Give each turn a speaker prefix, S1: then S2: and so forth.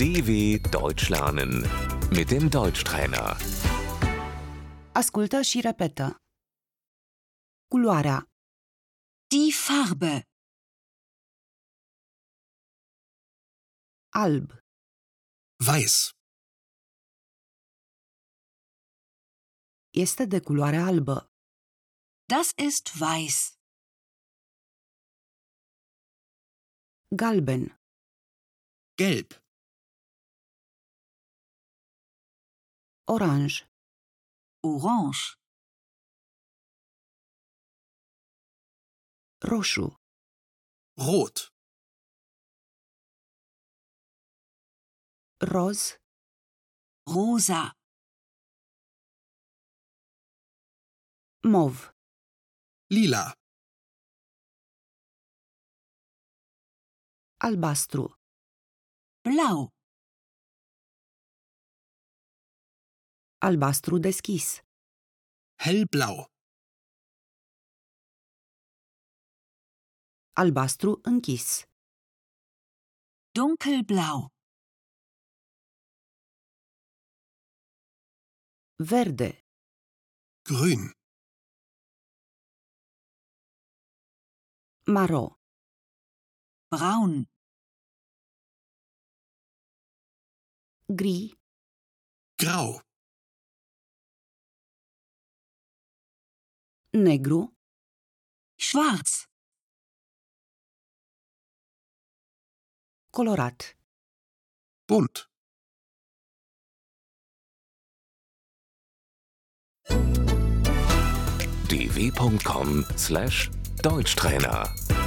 S1: DW Deutsch lernen mit dem Deutschtrainer.
S2: Ascultă și repetă. Culoarea,
S3: Die Farbe.
S2: alb,
S4: Weiß.
S2: este de culoare albă.
S3: Das ist weiß.
S2: Galben,
S4: Gelb.
S2: oranj,
S3: Orange.
S2: roșu,
S4: Rot.
S2: roz,
S3: Rosa.
S2: mov,
S4: Lila.
S2: albastru,
S3: Blau.
S2: albastru deschis,
S4: Hellblau.
S2: albastru închis,
S3: Dunkelblau.
S2: verde,
S4: Grün.
S2: maro,
S3: Braun.
S2: gri,
S4: Grau.
S2: negru,
S3: Schwarz.
S2: colorat,
S4: Bunt.
S1: dw.com/deutschtrainer